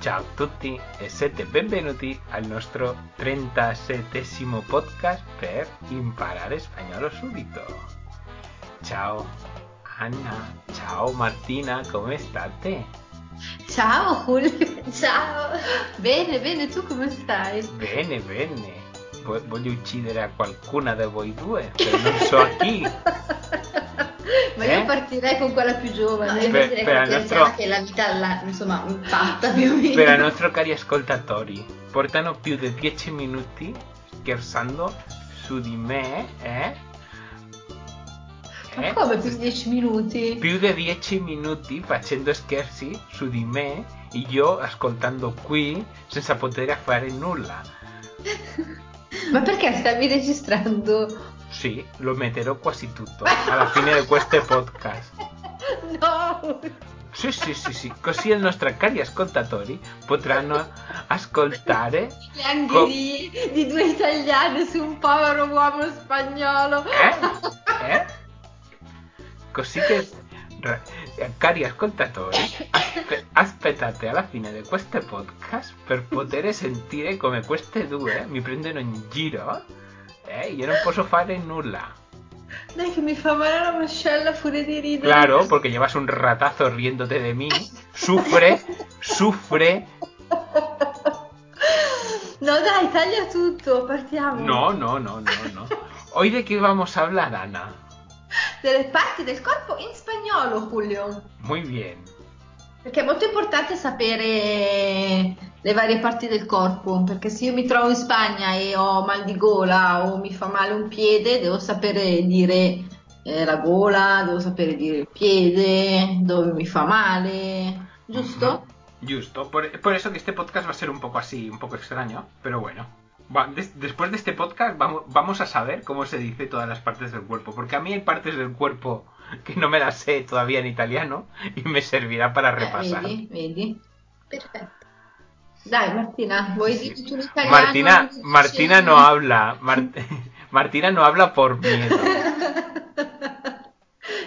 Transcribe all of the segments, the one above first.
Ciao a tutti e siete benvenuti al nostro 37 podcast per imparare spagnolo subito. Ciao Anna, ciao Martina, come state? Ciao Julio, ciao. Bene, bene, tu come stai? Bene, bene. Vo- Voglio uccidere a qualcuna di voi due, però non so a chi. Ma Eh? io partirei con quella più giovane. io Per- partirei per con il quella nostro- che la vita l'ha insomma fatta più o meno. Per i nostri cari ascoltatori, portano più di 10 minuti scherzando su di me, eh? Ma Eh? come più di 10 minuti? Più di 10 minuti facendo scherzi su di me e io ascoltando qui senza poter fare nulla. Ma perché stavi registrando? Sì, lo metterò quasi tutto alla fine di questo podcast. No! Sì, sì, sì, sì, così i nostri cari ascoltatori potranno ascoltare Le angherie di due italiani su un povero uomo spagnolo. Eh? Eh? Così che, ra- cari ascoltatori, aspe- aspettate alla fine di questo podcast per poter sentire come queste due eh. mi prendono in giro e io non posso fare nulla. Dai che mi fa male la mascella pure di ridere. Claro, porque llevas un ratazo riéndote de mí. Sufre, sufre. No dai, taglia tutto, partiamo. No, no, no, no, no. ¿Hoy de qué vamos a hablar, Ana? Delle parti del corpo in spagnolo, Julio. Muy bien. Perché è molto importante sapere le varie parti del corpo, perché se io mi trovo in Spagna e ho mal di gola o mi fa male un piede, devo sapere dire eh, la gola, devo sapere dire il piede, dove mi fa male, Mhm. giusto? Ujú, Justo. Por, por eso que este podcast va a ser un poco así, un poco extraño, pero bueno. Va, des- después de este podcast vamos, vamos a saber cómo se dice todas las partes del cuerpo, porque a mí hay partes del cuerpo que no me las sé todavía en italiano y me servirá para Eh, repasar. vedi, vedi. Perfetto. Dai Martina, vuoi Sì, sì. dirci un italiano? Martina, Dici- Martina no habla, Mar- Martina no habla por miedo.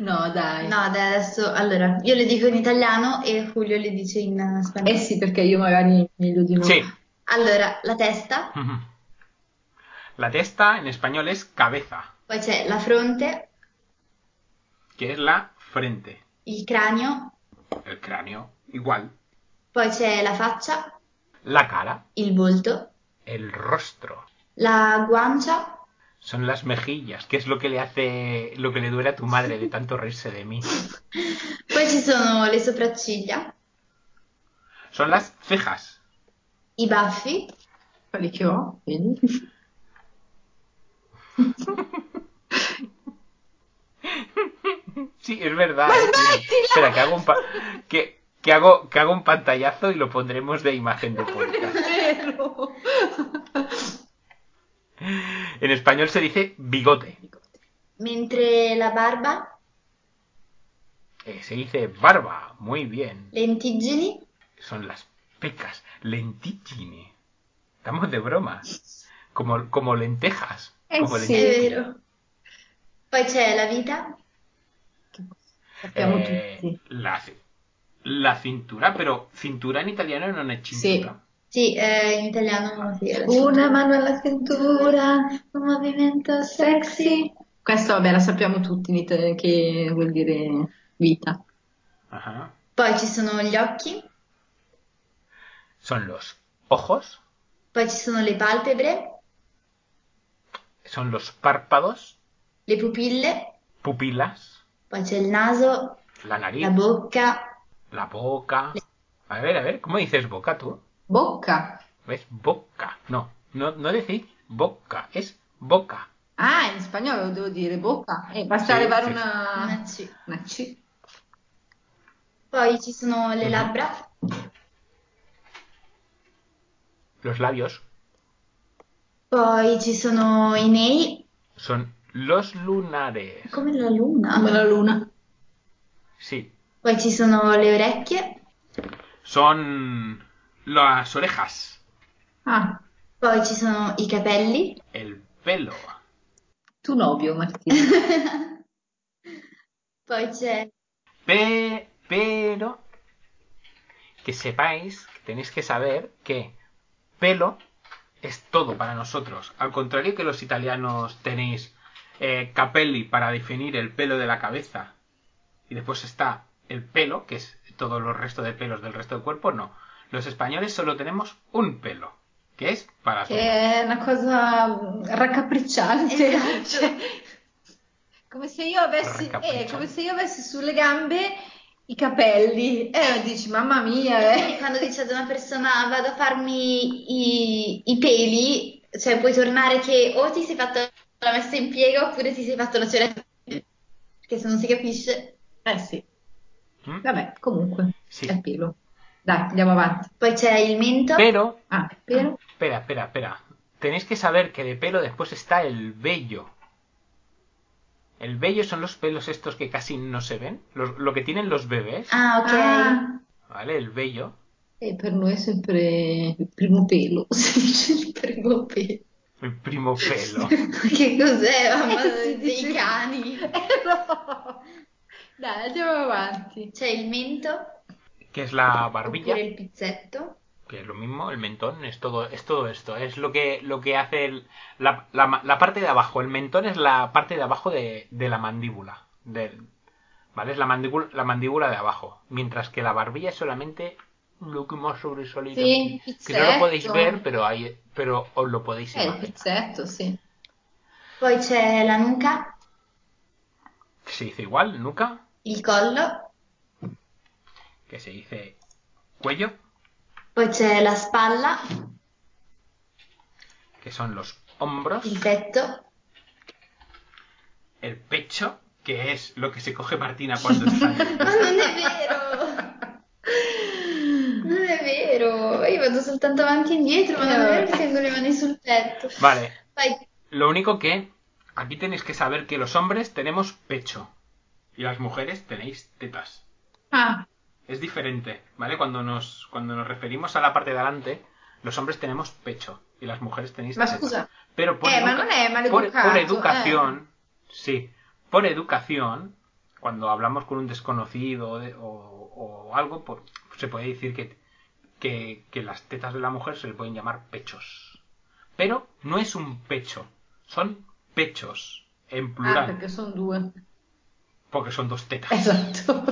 No, dai. No, dai, adesso allora io le dico in italiano e Julio le dice in eh, spagnolo. Eh sì, perché io magari meglio di no. Sí. Allora, la testa, Ujú. La testa en español es cabeza, poi c'è la fronte, que es la frente, il cranio, el cráneo, igual. poi c'è la faccia, La cara, il volto, el rostro, la guancia, son las mejillas, que es lo que le hace, lo que le duele a tu madre de tanto reírse de mí. poi ci sono le sopracciglia, Son las cejas, i baffi, Quelli che ho, vedi? Sí, es verdad. eh, tiene. Espera, que hago un pa- que, que hago, que hago un pantallazo y lo pondremos de imagen de podcast. Vero. En español se dice bigote. mentre la barba, Eh, se dice barba. Muy bien. lentiggini, Son las pecas. Lentigini. Estamos de broma. Como, como lentejas. Eh, Como sí. è lentigini. vero. Poi c'è la vita, Sappiamo Eh, tutti. La, ci- la cintura, pero cintura en italiano no es cintura. sì, eh, in italiano sì, era- Una mano alla cintura, un movimento sexy. Questo vabbè, la sappiamo tutti in italiano che vuol dire vita. Ajá. Poi ci sono gli occhi, Son los ojos, poi ci sono le palpebre, son los párpados, le pupille, pupilas, poi c'è il naso, la nariz, la bocca, la boca. A ver, a ver, ¿cómo dices boca tú? Bocca. ¿Ves? Boca. No, no, no decís boca, es boca. Ah, in spagnolo devo dire bocca. Eh, basta Sì, levare sì. una... una C. una C. Poi ci sono le labbra, Los labios poi ci sono i nei, son los lunares. come la luna. Come la luna. Sí, Poi ci sono le orecchie, son las orejas, Ah, poi ci sono i capelli, el pelo, tu novio Martina. poi c'è Pe- pero que sepáis tenéis que saber que pelo es todo para nosotros. Al contrario que los italianos tenéis eh, capelli para definir el pelo de la cabeza y después está el pelo, que es todo el resto de pelos del resto del cuerpo, no. Los españoles solo tenemos un pelo, que es para Che è una cosa raccapricciante. Cioè, come se io avessi, eh, Raccapricciante. come se io avessi sulle gambe i capelli. E dici, mamma mia, Quindi eh. quando dici ad una persona vado a farmi i, i peli, cioè puoi tornare che o ti sei fatto la messa in piega oppure ti sei fatto la ceretta, che se non si capisce. Eh sì, Mm. vabbè, comunque, Sì. è pelo. Dai, andiamo avanti. Poi c'è il mento, Pero, Ah, pelo? espera, espera, espera. Tenéis que saber que de pelo después está el vello. El vello son los pelos estos que casi no se ven, los- lo que tienen los bebés, ah ok, Ah. eh, ¿vale? El vello. E per noi è sempre il primo pelo, si dice il primo pelo. El primo pelo. che cos'è? Mamma, Eh, si dei dice- cani. Eh, no. Dai, andiamo avanti. C'è il mento, Que es la barbilla. oppure il pizzetto, Que es lo mismo, el mentón es todo, es todo esto. Es lo que, lo que hace el- la, la ma- la parte de abajo. El mentón es la parte de abajo de, de la mandíbula. del- ¿Vale? Es la mandíbula, la mandíbula de abajo. Mientras que la barbilla es solamente lo que más sobresalido. Sì, il que no lo podéis pizzetto. ver, pero ahí, pero os lo podéis Eh, il imaginar. pizzetto, sì. poi c'è la nuca, Que se dice igual, nuca, il collo, que se dice cuello, poi c'è la spalla, que son los hombros, il petto, el pecho, que es lo que se coge Martina cuando está. Ma non è vero! Non è vero! Io vado soltanto avanti e indietro, ma non è vero che tengo le mani sul petto. Vale, Poi, Lo único que aquí tenéis que saber que los hombres tenemos pecho y las mujeres tenéis tetas. Ah, Es diferente, ¿vale? Cuando nos, cuando nos referimos a la parte de adelante, los hombres tenemos pecho y las mujeres tenéis Ma tetas. scusa. Pero por, Eh, ma educa- non è por, maleducato, por eh. educación, sí, por educación, cuando hablamos con un desconocido o de- o, o algo, por- se puede decir que, que, que las tetas de la mujer se le pueden llamar pechos. Pero no es un pecho, son pechos, en ah, plural, perché sono due. porque son dos tetas. Esatto.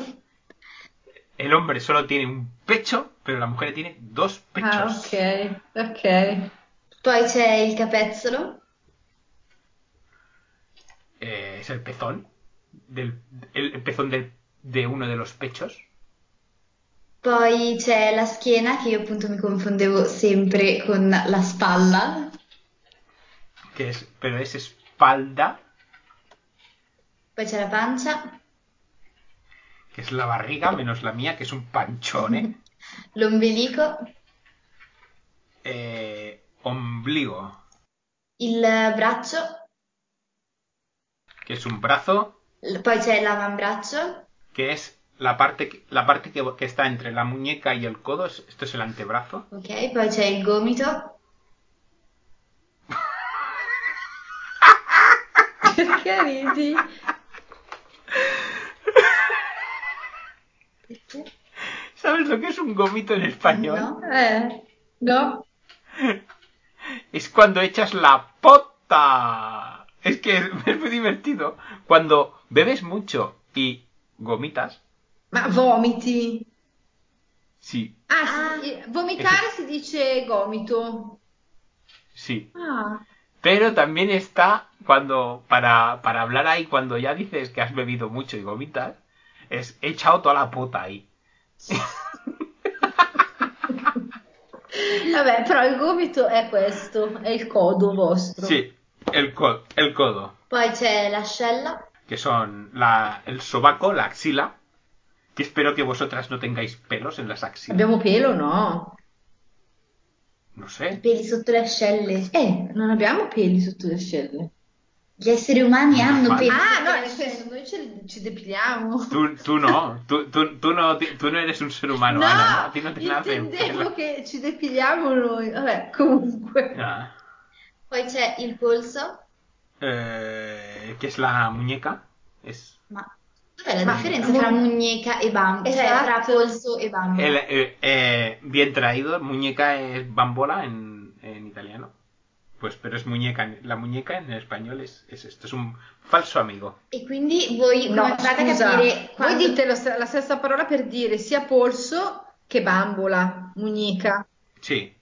El hombre solo tiene un pecho, pero la mujer tiene dos pechos. Ah, ok, ok. poi c'è il capezzolo, Eh, es el pezón, del, el, el pezón del- de uno de los pechos. poi c'è la schiena, che io appunto mi confondevo sempre con la spalla, que es, pero es espalda, poi c'è la pancia, que es la barriga, menos la mía, que es un ¿eh? panchone, l'ombelico, eh, ombligo, il braccio, que es un brazo, l- poi c'è l'avambraccio, que es la parte, que- la parte que, que está entre la muñeca y el codo, es- esto es el antebrazo, ok? Poi c'è il gomito, Perché ridi? ¿sabes lo que es un gomito en español? no? Eh, no? Es cuando echas la pota, es que es, muy divertido, cuando bebes mucho y gomitas, Ma vomiti. sí, Ah, sì, eh, vomitare si dice gomito. sí, Ah, Pero también está cuando, para, para hablar ahí, cuando ya dices que has bebido mucho y gomitas, es he echado toda la puta ahí. vabbè, però il gomito è questo, è il codo vostro. Sí, el, co- el codo, Poi c'è l'ascella, que son la, el sobaco, la axila, que espero que vosotras no tengáis pelos en las axilas. Abbiamo pelo, no? No i sé. peli sotto le ascelle. Eh, non abbiamo peli sotto le ascelle. Gli esseri umani hanno Ah, peli. Ah, Eh, sotto no, le nel ascelle. senso, noi ce- ci depiliamo. Tú, tú no, tú, tú, tú no, tú no eres un ser humano, Ana, ¿no? A ti no te nacen intendevo pelos. che ci depiliamo noi. Vabbè, comunque. Ah. Poi c'è il polso, Eh, ¿Qué es la muñeca? Es ma dov'è la Ma- differenza tra muñeca e bambola? Cioè, Esatto. tra polso e bambola? El- eh, eh, Bien traído, muñeca es bambola en, en italiano. Pues, pero es muñeca, la muñeca en español es, es esto, es un falso amigo. E quindi voi No, come fate a scusa, capire voi quando... dite lo st- la stessa parola per dire sia polso che bambola, muñeca. Sí,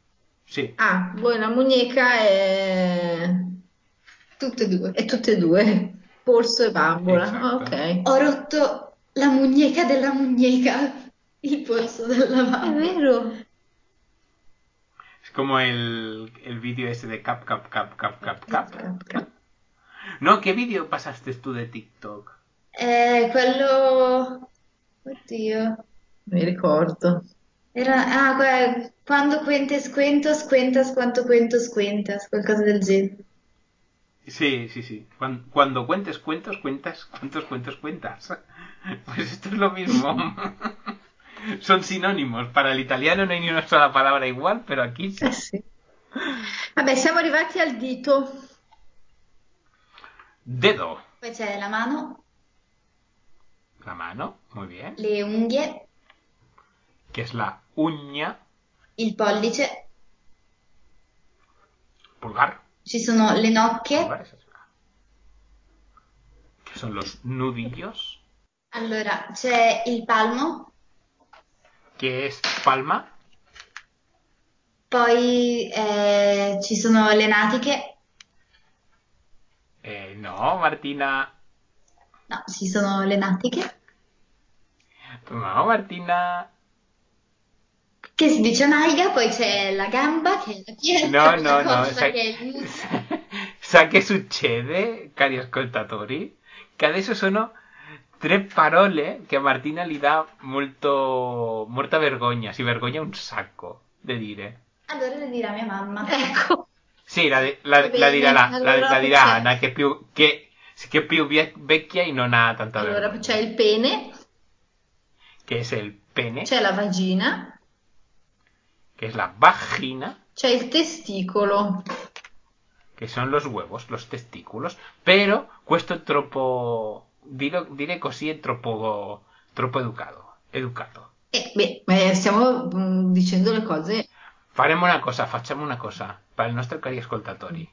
sí. Ah, voi la muñeca è... Tutte e due. È tutte e due. Polso e bambola. Ah, Esatto. Ok. Ho rotto la muñeca della muñeca, il polso della È mamma. vero. Es como el, el vídeo ese de cap, cap, cap, cap, cap, cap. Capra. No, ¿qué vídeo pasaste tú de TikTok? Eh, quello... Oddio. Mi ricordo. Era... Ah, que- quando quente squento, squentas quanto quento squentas, qualcosa del genere. Sí, sí, sí. Cuan- Cuando, cuentes cuentos, cuentas cuántos cuentos cuentas. Pues esto es lo mismo. Son sinónimos. Para el italiano no hay ni una sola palabra igual, pero aquí sí. Eh sì. Vabbè, siamo arrivati al dito. Dedo. Poi c'è la mano, La mano. Muy bien. le unghie, Que es la uña. il pollice, Pulgar. ci sono le nocche. Pulgar es eso. Que son los nudillos. Allora, c'è il palmo, Que es palma. poi eh, ci sono le natiche. Eh, no, Martina. No, ci sono le natiche. No, Martina. Che si dice naiga, poi c'è la gamba, che è la No, pietra, no, la no. cosa sai- che è il muso. sa che succede, cari ascoltatori, che adesso sono tre parole che a Martina gli dà molto, molta vergogna, si vergogna un sacco di dire. Allora le dirà mia mamma. Ecco. Sì, la, la- Va bene, la dirà, la, la- allora la dirà c'è- Anna, che è più, che, che è più vie- vecchia e non ha tanta Allora vergogna, c'è il pene, che è il pene, c'è la vagina, che è la vagina, c'è il testicolo. che sono los huevos, los testículos, però questo è troppo, dirlo- dire così è troppo, troppo educato, educato. Eh, beh, eh, stiamo mm, dicendo le cose. Faremo una cosa, facciamo una cosa per il nostro cari ascoltatori.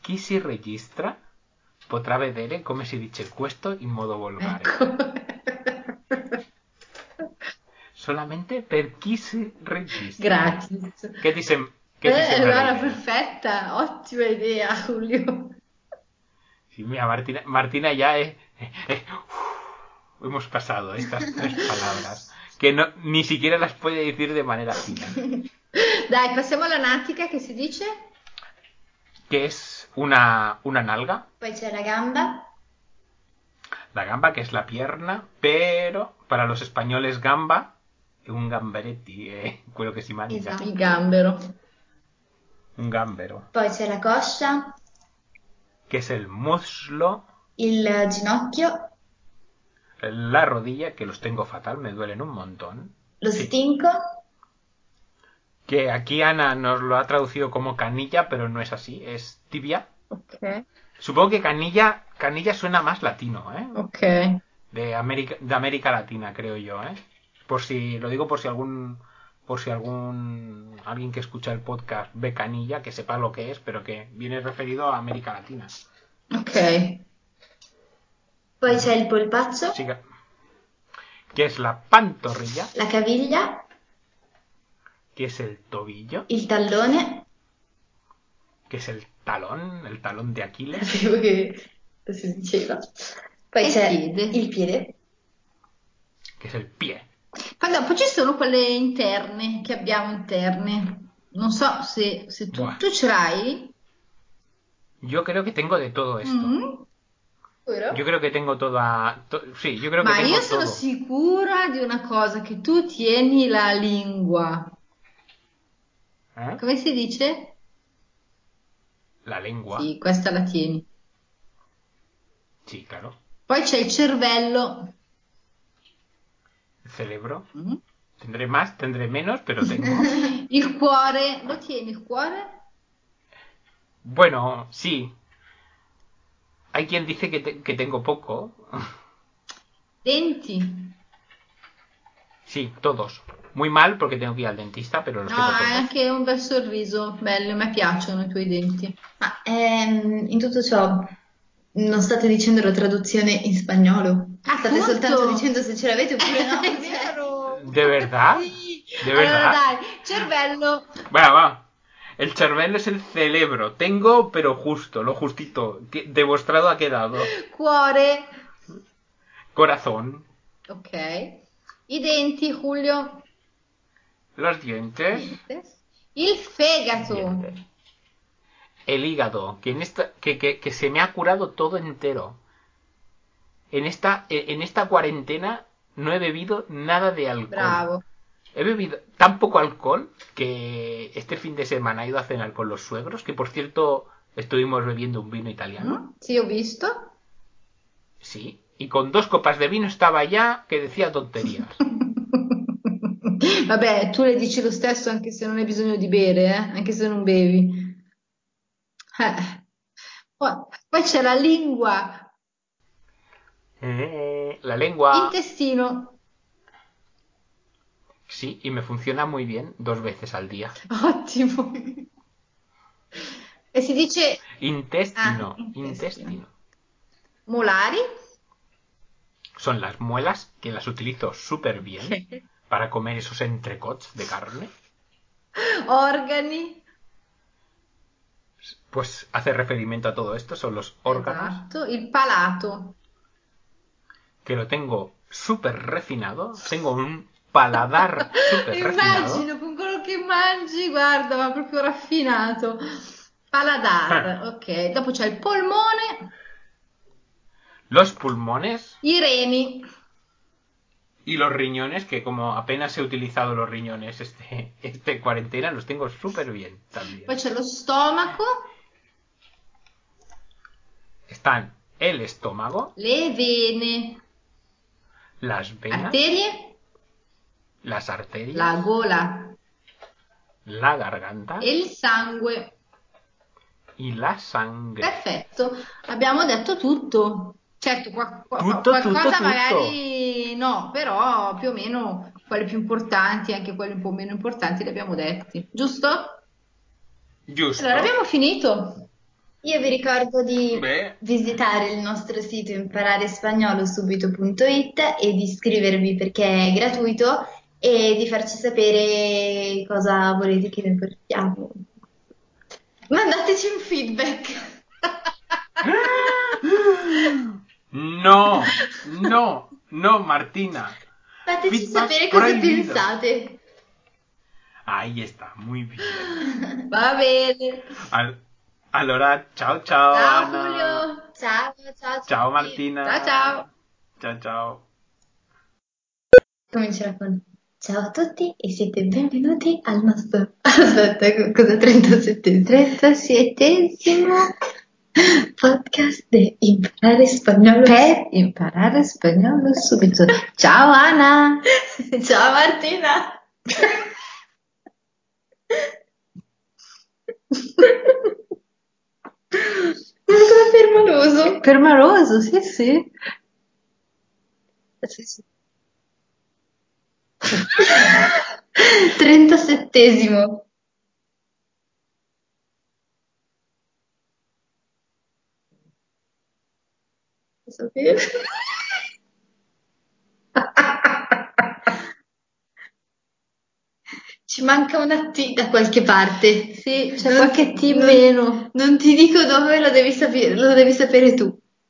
Chi si registra potrà vedere come si dice questo in modo volgare. Ecco. Solamente per chi si registra. Gratis. Che ti, sem- che ti Eh, sembra allora, l'idea? perfetta, ottima idea, Julio. Sí, mira, Martina, Martina ya eh, eh, eh, uf, hemos pasado estas tres palabras que no, ni siquiera las puede decir de manera fina. Dai, passiamo alla natica che si dice? Que es una, una nalga, Poi c'è la gamba, La gamba, que es la pierna, pero para los españoles gamba, un gamberetti, eh, quello che si mangia, Esatto. Il gambero. un gambero, poi c'è la coscia, que es el muslo, il ginocchio, la rodilla, que los tengo fatal, me duelen un montón, lo Sì. stinco, que aquí Ana nos lo ha traducido como canilla, pero no es así, es tibia. Ok. Supongo que canilla, canilla suena más latino, ¿eh? Ok. De América, de América Latina, creo yo, ¿eh? Por si, lo digo por si algún, por si algún, alguien que escucha el podcast ve canilla, que sepa lo que es, pero que viene referido a América Latina. Ok. poi c'è il polpaccio, Así que, que es la pantorrilla, la caviglia, que es el tobillo, il tallone. que es el talón, el talón de Aquiles, Sapevo che si diceva. Poi E il c'è piede. il piede. que es el pie. Poi dopo ci sono quelle interne che abbiamo interne. Non so se, se tu, Buah. tu ce l'hai. Yo creo que tengo de todo esto. Mm. Yo creo que tengo toda, to- sí, yo creo que Ma tengo io sono todo. sicura di una cosa, che tu tieni la lingua. ¿Eh? Come si dice? La lengua, Sì, questa la tieni. sí, claro. Poi c'è il cervello. El cerebro. Mm. Tendré más, tendré menos, pero tengo. Il cuore, lo tieni il cuore? Bueno, sí. Hay quien dice que, te- que tengo poco. Denti. Sí, todos. Muy mal perché tengo che ir al dentista, però lo No, tengo hai per- anche un bel sorriso, bello, mi piacciono i tuoi denti. Ma ehm, in tutto ciò non state dicendo la traduzione in spagnolo? Ah, Eh, certo. state appunto. soltanto dicendo se ce l'avete oppure no? È cioè. vero. De verdad? Sì. De Allora verdad? dai, cervello, Va, va. El cervello es el cerebro. Tengo, pero justo, lo justito. que- Demostrado ha quedado. cuore. Corazón. Ok. I denti, Julio. Los dientes. Il fegato. El hígado. Que, en esta, que, que, que se me ha curado todo entero. En esta, eh, en esta cuarentena no he bebido nada de alcohol. Bravo. He bebido tan poco alcohol que este fin de semana he ido a cenar con los suegros, que por cierto estuvimos bebiendo un vino italiano. Sì, ho visto. Sí, y con dos copas de vino estaba ya que decía tonterías. Vabbè, tu le dici lo stesso anche se non hai bisogno di bere, eh? Anche se non bevi. Eh. Poi, poi c'è la lingua, Eh, La lengua, intestino. sí, y me funciona muy bien dos veces al día. Ottimo. E si dice Intestino, Ah, intestino. intestino. molari. Son las muelas que las utilizo súper bien para comer esos entrecots de carne. Organi. Pues hace referimiento a todo esto, son los órganos Esatto. Il palato. que lo tengo súper refinado. Tengo un paladar súper refinado. Immagino con quello che mangi, guarda, ma proprio raffinato. Paladar, ok. Dopo c'è il polmone, Los pulmones i reni. y los riñones, que como apenas he utilizado los riñones este, este cuarentena, los tengo súper bien también. Poi c'è lo stomaco, Están el estómago, le vene, las venas, arterie, las arterias, la la, gola garganta e il sangue. y la Eh. sangre. Perfetto, abbiamo detto tutto. Certo, qua- qua- Tutto, tutto, qualcosa tutto. magari no, però più o meno quelli più importanti, anche quelli un po' meno importanti li abbiamo detti, giusto? Justo. Allora abbiamo finito. Io vi ricordo di Beh. visitare il nostro sito impararespagnolosubito.it e di iscrivervi perché è gratuito e di farci sapere cosa volete che noi portiamo. Mandateci un feedback. No, no, no, Martina. Fateci Feedback sapere cosa proibito. pensate. Ahí está, muy bien. Va bene. Al, allora, chao, chao. Chao, Ana. Julio. Ciao, ciao. a Chao, tutti. Martina. Ciao, ciao. Chao, chao. Comincerà con Ciao a tutti e siete benvenuti al nostro... Aspetta, co- cosa? 37 37esimo podcast di Imparare Spagnolo per Imparare Spagnolo subito. Ciao Ana! Ciao Martina! Ancora permaloso. Permaloso, sì, sì. Sì, sì. 37esimo. Posso dire? Ci manca una T da qualche parte. Sì, c'è Non- qualche T non- meno. Non ti dico dove, lo devi sapere, lo devi sapere tu.